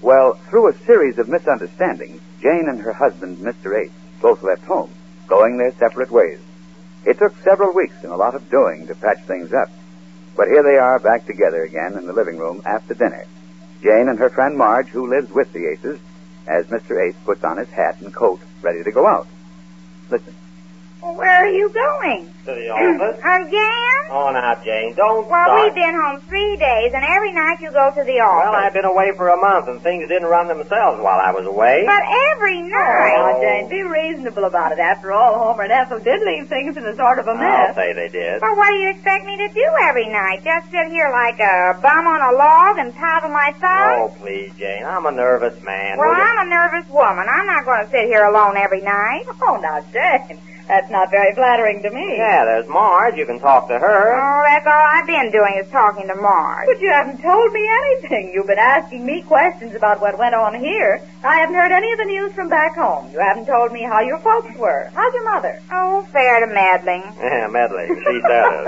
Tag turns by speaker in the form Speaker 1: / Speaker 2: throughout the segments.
Speaker 1: Well, through a series of misunderstandings, Jane and her husband, Mr. H, both left home, going their separate ways. It took several weeks and a lot of doing to patch things up. But here they are back together again in the living room after dinner. Jane and her friend Marge, who lives with the Aces, as Mr. Ace puts on his hat and coat, ready to go out. Listen.
Speaker 2: Well, where are you going?
Speaker 3: To the office.
Speaker 2: Again?
Speaker 3: Oh, now, Jane, don't
Speaker 2: Well,
Speaker 3: start.
Speaker 2: we've been home three days, and every night you go to the office.
Speaker 3: Well, I've been away for a month, and things didn't run themselves while I was away.
Speaker 2: But every night.
Speaker 3: Oh.
Speaker 4: Now, Jane, be reasonable about it. After all, Homer and Ethel did leave things in a sort of
Speaker 3: I'll
Speaker 4: a mess.
Speaker 3: say they did.
Speaker 2: Well, what do you expect me to do every night? Just sit here like a bum on a log and paddle my thumb?
Speaker 3: Oh, please, Jane. I'm a nervous man.
Speaker 2: well,
Speaker 3: Will you-
Speaker 2: I'm a nervous woman. I'm not going to sit here alone every night.
Speaker 4: Oh, now, Jane, that's not very flattering to me.
Speaker 3: Yeah, there's Marge. You can talk to her.
Speaker 2: Oh, that's all I've been doing is talking to Marge.
Speaker 4: But you haven't told me anything. You've been asking me questions about what went on here. I haven't heard any of the news from back home. You haven't told me how your folks were. How's your mother?
Speaker 2: Oh, fair to meddling.
Speaker 3: Yeah, Medley. She Mm. does.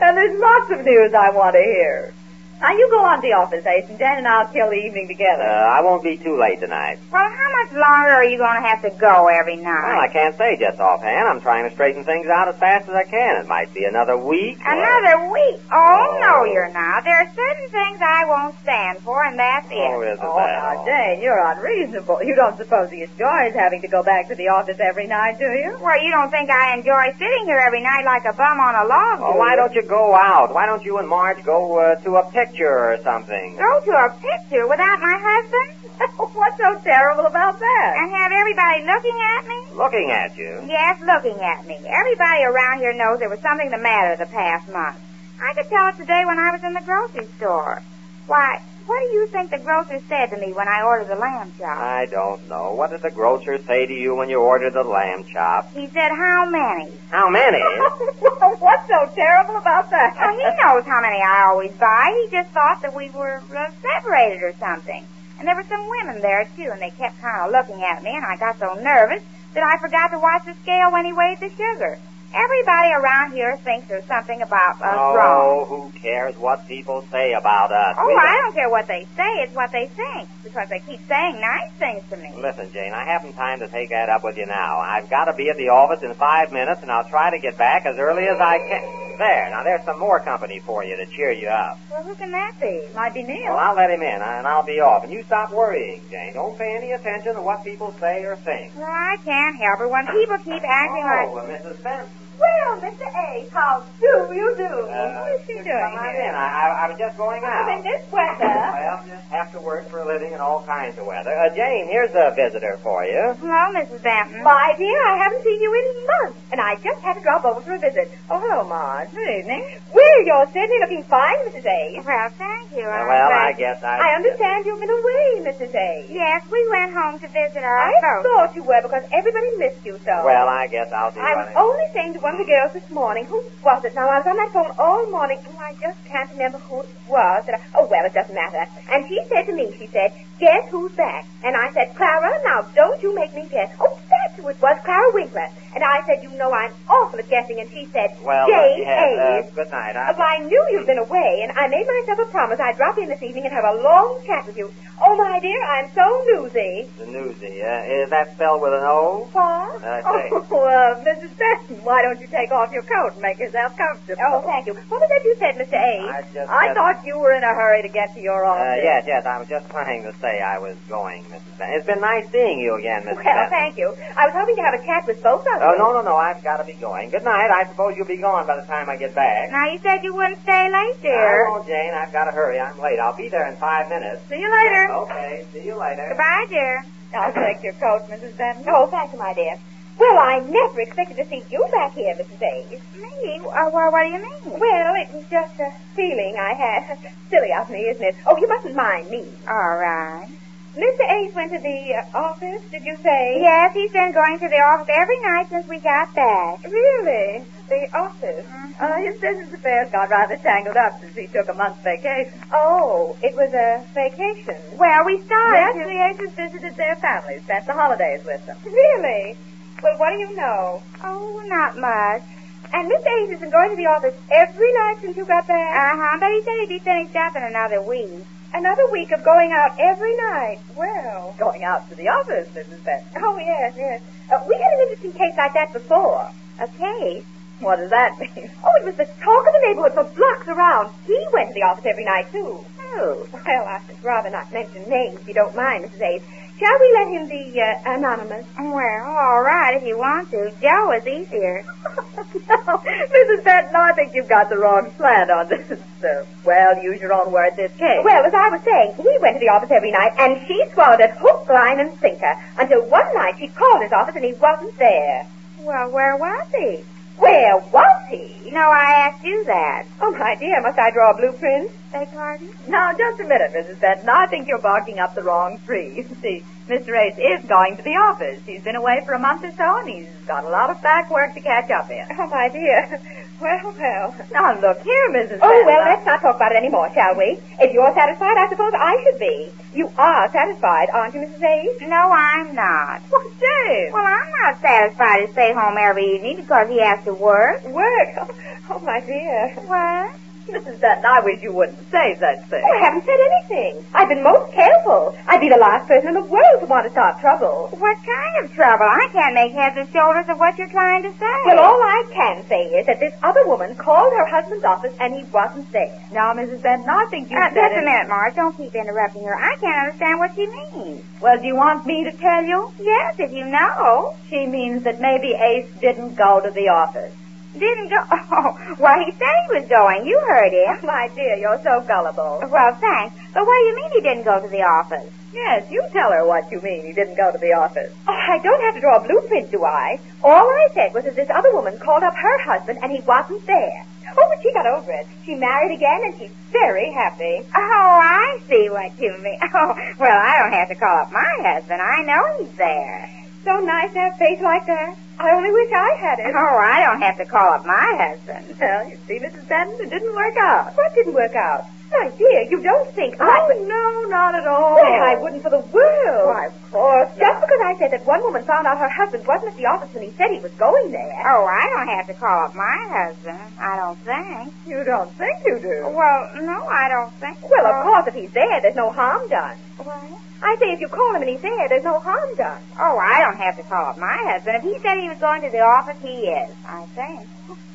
Speaker 4: and there's lots of news I want to hear. Now, you go on to the office, Ace, and Jane and I'll kill the evening
Speaker 3: Uh,
Speaker 4: together.
Speaker 3: I won't be too late tonight.
Speaker 2: Well, how much longer are you going to have to go every
Speaker 3: Well, I
Speaker 2: night?
Speaker 3: can't say just offhand. I'm trying to straighten things out as fast as I can. It might be another week. or-
Speaker 2: Another week. Oh, no, you're not. There are certain things I won't stand for, and that's
Speaker 3: Oh,
Speaker 2: it.
Speaker 3: isn't
Speaker 4: oh,
Speaker 3: that
Speaker 4: now,
Speaker 3: all?
Speaker 4: Jane, you're unreasonable. You don't suppose he enjoys having to go back to the office every night, do you?
Speaker 2: Well, you don't think I enjoy sitting here every night like a bum on a log?
Speaker 3: Oh,
Speaker 2: do
Speaker 3: why
Speaker 2: you?
Speaker 3: don't you go out? Why don't you and Marge go uh, to a picture or something?
Speaker 2: go to a picture without my husband
Speaker 4: What's so terrible about that?
Speaker 2: and have everybody looking at me?
Speaker 3: Looking at you.
Speaker 2: Yes, looking at me. Everybody around here knows there was something the matter the past month. I could tell it today when I was in the grocery store. Why, what do you think the grocer said to me when I ordered the lamb chop?
Speaker 3: I don't know. What did the grocer say to you when you ordered the lamb chop?
Speaker 2: He said, how many?
Speaker 3: How many?
Speaker 4: What's so terrible about that?
Speaker 2: Well, he knows how many I always buy. He just thought that we were uh, separated or something. And there were some women there, too, and they kept kind of looking at me, and I got so nervous that I forgot to watch the scale when he weighed the sugar. Everybody around here thinks there's something about us wrong.
Speaker 3: oh, who cares what people say about us?
Speaker 2: Oh,
Speaker 3: We
Speaker 2: I don't care what they say. It's what they think. Because they keep saying nice things to me.
Speaker 3: Listen, Jane, I haven't time to take that up with you now. I've got to be at the office in five minutes, and I'll try to get back as early as I can. There, now there's some more company for you to cheer you up.
Speaker 2: Well, who can that be?
Speaker 4: Might be Neil.
Speaker 3: Well, I'll let him in, and I'll be off. And you stop worrying, Jane. Don't pay any attention to what people say or think.
Speaker 2: Well, I can't help it when people keep acting
Speaker 3: oh,
Speaker 2: like...
Speaker 3: well, Mrs. Benson.
Speaker 4: Well, Mr. A, how do you do?
Speaker 3: Uh,
Speaker 4: what is she doing
Speaker 3: Come on in.
Speaker 4: here?
Speaker 3: I, I, I was just going out.
Speaker 4: in this weather.
Speaker 3: Well, just have to work for a living in all kinds of weather. Uh, Jane, here's a visitor for you.
Speaker 2: Hello, Mrs. Benton.
Speaker 4: My dear, I haven't seen you in months, and I just had to drop over for a visit. Oh, hello, Marge. Good evening. Well, you're certainly looking fine, Mrs. A.
Speaker 2: Well, thank you. Uh, I'm
Speaker 3: well,
Speaker 2: glad-
Speaker 3: I guess I.
Speaker 4: I understand you've been away, Mrs. A.
Speaker 2: Yes, we went home to visit our
Speaker 4: I
Speaker 2: folks.
Speaker 4: thought you were because everybody missed you so.
Speaker 3: Well, I guess I'll be
Speaker 4: I was
Speaker 3: running.
Speaker 4: only saying to one of the girls this morning, who was it? Now, I was on that phone all morning, and I just can't remember who it was. That I, oh, well, it doesn't matter. And she said to me, she said, guess who's back? And I said, Clara, now don't you make me guess. Oh, that's who it was, Clara Winkler. And I said, you know I'm awful at guessing, and she said,
Speaker 3: Well, uh,
Speaker 4: J.
Speaker 3: yes,
Speaker 4: A.
Speaker 3: uh, good night. I,
Speaker 4: Oh, I knew you'd been away, and I made myself a promise I'd drop in this evening and have a long chat with you. Oh, my dear, I'm so newsy.
Speaker 3: the newsy. Uh, is that spelled with an O?
Speaker 4: Pa?
Speaker 3: Uh, say.
Speaker 4: oh, uh, Mrs. Benton, why don't you take off your coat and make yourself comfortable? Oh, thank you. What was that you said, Mr. A?
Speaker 3: I just-
Speaker 4: I thought you were in a hurry to get to your
Speaker 3: Uh,
Speaker 4: office.
Speaker 3: yes, yes. I was just trying to say I was going, Mrs. Benton. It's been nice seeing you again, Mrs.
Speaker 4: Well,
Speaker 3: Benton.
Speaker 4: thank you. I was hoping to have a chat with both of you.
Speaker 3: Oh, no, no, no. I've got to be going. Good night. I suppose you'll be gone by the time I get back.
Speaker 2: Now, you said you wouldn't stay late, dear.
Speaker 3: I won't, Jane. I've got to hurry. I'm late. I'll be there in five minutes.
Speaker 2: See you later.
Speaker 3: Okay. See you later.
Speaker 2: Goodbye, dear.
Speaker 4: I'll take your coat, Mrs. Benton.
Speaker 2: Oh,
Speaker 4: thank you, my dear. Well, I never expected to see you back here, Mrs. A.
Speaker 2: Me? Uh, well, what do you mean?
Speaker 4: Well, it was just a feeling I had. Silly of me, isn't it? Oh, you mustn't mind me.
Speaker 2: All right.
Speaker 4: Mr. Ace went to the uh, office, did you say?
Speaker 2: Yes, he's been going to the office every night since we got back.
Speaker 4: Really? The office?
Speaker 2: Mhm.
Speaker 4: Uh, his business affairs got rather tangled up since he took a month's vacation. Oh, it was a vacation.
Speaker 2: Well, we
Speaker 4: Yes,
Speaker 2: started to...
Speaker 4: the Aces visited their families, spent the holidays with them. Really? Well, what do you know?
Speaker 2: Oh, not much.
Speaker 4: And Miss Ace has been going to the office every night since you got back.
Speaker 2: Uh-huh, but he said he'd be finished up in another week.
Speaker 4: Another week of going out every night. Well.
Speaker 5: Going out to the office, Mrs. Benson.
Speaker 4: Oh, yes, yes. Uh, we had an interesting case like that before.
Speaker 2: A case?
Speaker 5: What does that mean?
Speaker 4: Oh, it was the talk of the neighborhood for blocks around. He went to the office every night, too.
Speaker 2: Oh.
Speaker 4: Well, I should rather not mention names, if you don't mind, Mrs. Ace. Shall we let him be uh, anonymous?
Speaker 2: Well, all right, if you want to. Joe is easier.
Speaker 5: no, Mrs. Benton, I think you've got the wrong slant on this. Uh, well, use your own word this case.
Speaker 4: Well, as I was saying, he went to the office every night, and she swallowed it hook, line, and sinker until one night she called his office and he wasn't there.
Speaker 2: Well, where was he?
Speaker 4: Where was he?
Speaker 2: No, I asked you that.
Speaker 4: Oh, my dear, must I draw a blueprint?
Speaker 2: Beg pardon?
Speaker 5: Now, just a minute, Mrs. Benton. I think you're barking up the wrong tree. You see, Mr. Ace is going to the office. He's been away for a month or so, and he's got a lot of back work to catch up in.
Speaker 4: Oh, my dear. Well, well.
Speaker 5: Now, look here, Mrs.
Speaker 4: Oh,
Speaker 5: Benton.
Speaker 4: well,
Speaker 5: I-
Speaker 4: let's not talk about it any more, shall we? If you're satisfied, I suppose I should be. You are satisfied, aren't you, Mrs. Ace?
Speaker 2: No, I'm not.
Speaker 5: Why, James.
Speaker 2: Well, I'm not satisfied to stay home every evening because he has to work.
Speaker 4: Work? Oh, oh, my dear.
Speaker 2: What?
Speaker 5: Mrs. Benton, I wish you wouldn't say such things.
Speaker 4: Oh, I haven't said anything. I've been most careful. I'd be the last person in the world to want to start trouble.
Speaker 2: What kind of trouble? I can't make heads or shoulders of what you're trying to say.
Speaker 4: Well, all I can say is that this other woman called her husband's office and he wasn't there.
Speaker 5: Now, Mrs. Benton, I think you
Speaker 2: Uh,
Speaker 5: said
Speaker 2: just a
Speaker 5: it-
Speaker 2: minute, Marge. Don't keep interrupting her. I can't understand what she means.
Speaker 5: Well, do you want me to tell you?
Speaker 2: Yes, if you know.
Speaker 5: She means that maybe Ace didn't go to the office.
Speaker 2: Didn't go. Oh, well, he said he was going. You heard
Speaker 4: Oh,
Speaker 2: him.
Speaker 5: My dear, you're so gullible.
Speaker 2: Well, thanks. But what do you mean he didn't go to the office?
Speaker 5: Yes, you tell her what you mean. He didn't go to the office.
Speaker 4: Oh, I don't have to draw a blueprint, do I? All I said was that this other woman called up her husband and he wasn't there. Oh, but she got over it. She married again and she's very happy.
Speaker 2: Oh, I see what you mean. Oh, well, I don't have to call up my husband. I know he's there.
Speaker 4: So nice to have faith like that. I only wish I had it.
Speaker 2: Oh, I don't have to call up my husband.
Speaker 5: Well, you see, Mrs. Benton, it didn't work out.
Speaker 4: What didn't work out? My dear, you don't think I... would-
Speaker 5: Oh, no, not at all.
Speaker 4: Why, I wouldn't for the world.
Speaker 5: Why, of course
Speaker 4: Just because I said that one woman found out her husband wasn't at the office when he said he was going there.
Speaker 2: Oh, I don't have to call up my husband. I don't think.
Speaker 5: You don't think you do.
Speaker 2: Well, no, I don't think.
Speaker 4: Well, of course, if he's there, there's no harm done.
Speaker 2: course.
Speaker 4: I say, if you call him and he's there, there's no harm done.
Speaker 2: Oh, I don't have to call up my husband. If he said he was going to the office, he is. I think.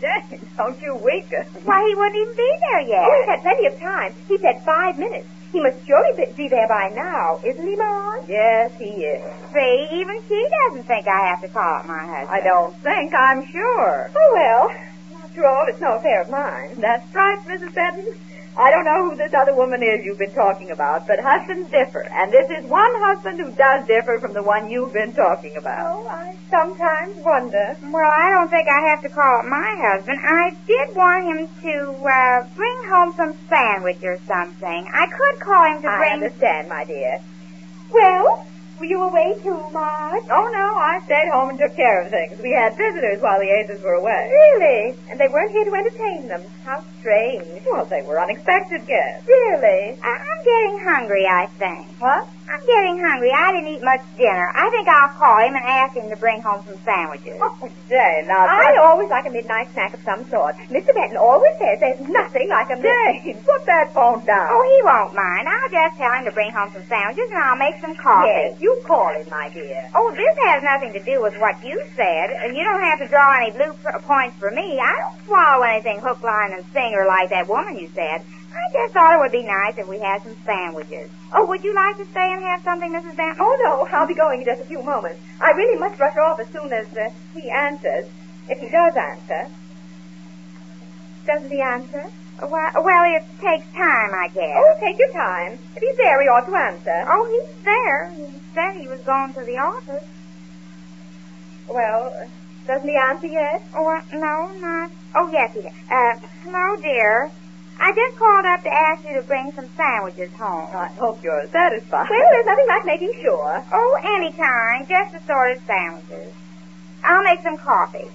Speaker 5: Jane, don't you weaken.
Speaker 2: Why, he wouldn't even be there yet.
Speaker 4: Oh, he's had plenty of time. He said five minutes. He must surely be- be there by now, isn't he, Maron?
Speaker 5: Yes, he is.
Speaker 2: See, even she doesn't think I have to call up my husband.
Speaker 5: I don't think, I'm sure.
Speaker 4: Oh, well. After all, it's no affair of mine.
Speaker 5: That's right, Mrs. Benton. I don't know who this other woman is you've been talking about, but husbands differ. And this is one husband who does differ from the one you've been talking about.
Speaker 4: Oh, I sometimes wonder.
Speaker 2: Well, I don't think I have to call up my husband. I did want him to uh, bring home some sandwich or something. I could call him to
Speaker 4: I
Speaker 2: bring.
Speaker 4: understand, my dear. Well, were you away too, Marge?
Speaker 5: Oh, no, I stayed home and took care of things. We had visitors while the aces were away.
Speaker 4: Really? And they weren't here to entertain them. How strange.
Speaker 5: Well, they were unexpected guests.
Speaker 4: Really?
Speaker 2: I- I'm getting hungry, I think.
Speaker 5: What?
Speaker 2: I'm getting hungry. I didn't eat much dinner. I think I'll call him and ask him to bring home some sandwiches.
Speaker 5: Oh, Jane, now
Speaker 4: I
Speaker 5: that's...
Speaker 4: always like a midnight snack of some sort. Mr. Benton always says there's nothing like a midnight.
Speaker 5: Jane, put that phone down.
Speaker 2: Oh, he won't mind. I'll just tell him to bring home some sandwiches and I'll make some coffee.
Speaker 4: Yes, you call him, my dear.
Speaker 2: Oh, this has nothing to do with what you said. and You don't have to draw any blue pr- points for me. I don't swallow anything hook, line, and singer like that woman you said. I just thought it would be nice if we had some sandwiches. Oh, would you like to stay and have something, Mrs. Benton?
Speaker 4: Oh, no, I'll be going in just a few moments. I really must rush off as soon as uh, he answers. If he does answer. Doesn't he answer?
Speaker 2: Well, well, it takes time, I guess.
Speaker 4: Oh, take your time. If he's there, he ought to answer.
Speaker 2: Oh, he's there. He said he was going to the office.
Speaker 4: Well, uh, doesn't he answer yet?
Speaker 2: Or Oh, uh, no, not. Oh, yes, he did. Uh, hello, dear. I just called up to ask you to bring some sandwiches home.
Speaker 5: I hope you're satisfied.
Speaker 4: Well, there's nothing like making sure.
Speaker 2: Oh, any kind, just the sort of sandwiches. I'll make some coffee.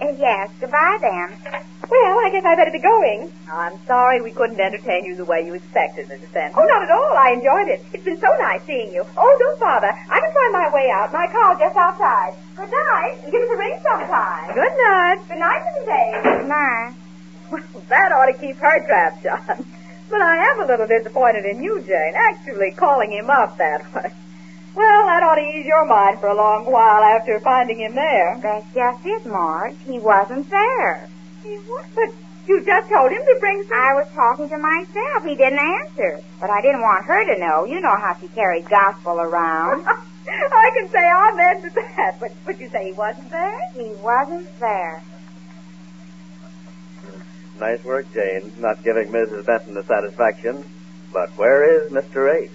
Speaker 2: Uh, yes, goodbye then.
Speaker 4: Well, I guess I better be going.
Speaker 5: I'm sorry we couldn't entertain you the way you expected, Mrs. Benton.
Speaker 4: Oh, not at all. I enjoyed it. It's been so nice seeing you. Oh, don't bother. I can find my way out. My car's just outside. Good night, and give us a ring sometime.
Speaker 5: Good night.
Speaker 4: Good night, Mrs. A.
Speaker 2: Bye.
Speaker 5: Well, that ought to keep her trapped, John.
Speaker 4: But I am a little disappointed in you, Jane, actually calling him up that way. Well, that ought to ease your mind for a long while after finding him there.
Speaker 2: That's just it, Marge. He wasn't there.
Speaker 4: He would, but you just told him to bring some...
Speaker 2: I was talking to myself. He didn't answer. But I didn't want her to know. You know how she carries gospel around.
Speaker 4: I can say amen to that, but, but you say he wasn't there?
Speaker 2: he wasn't there.
Speaker 1: Nice work, Jane, not giving Mrs. Benton the satisfaction. But where is Mr. Ace?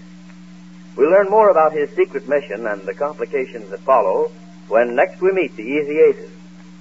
Speaker 1: We'll learn more about his secret mission and the complications that follow when next we meet the Easy Aces.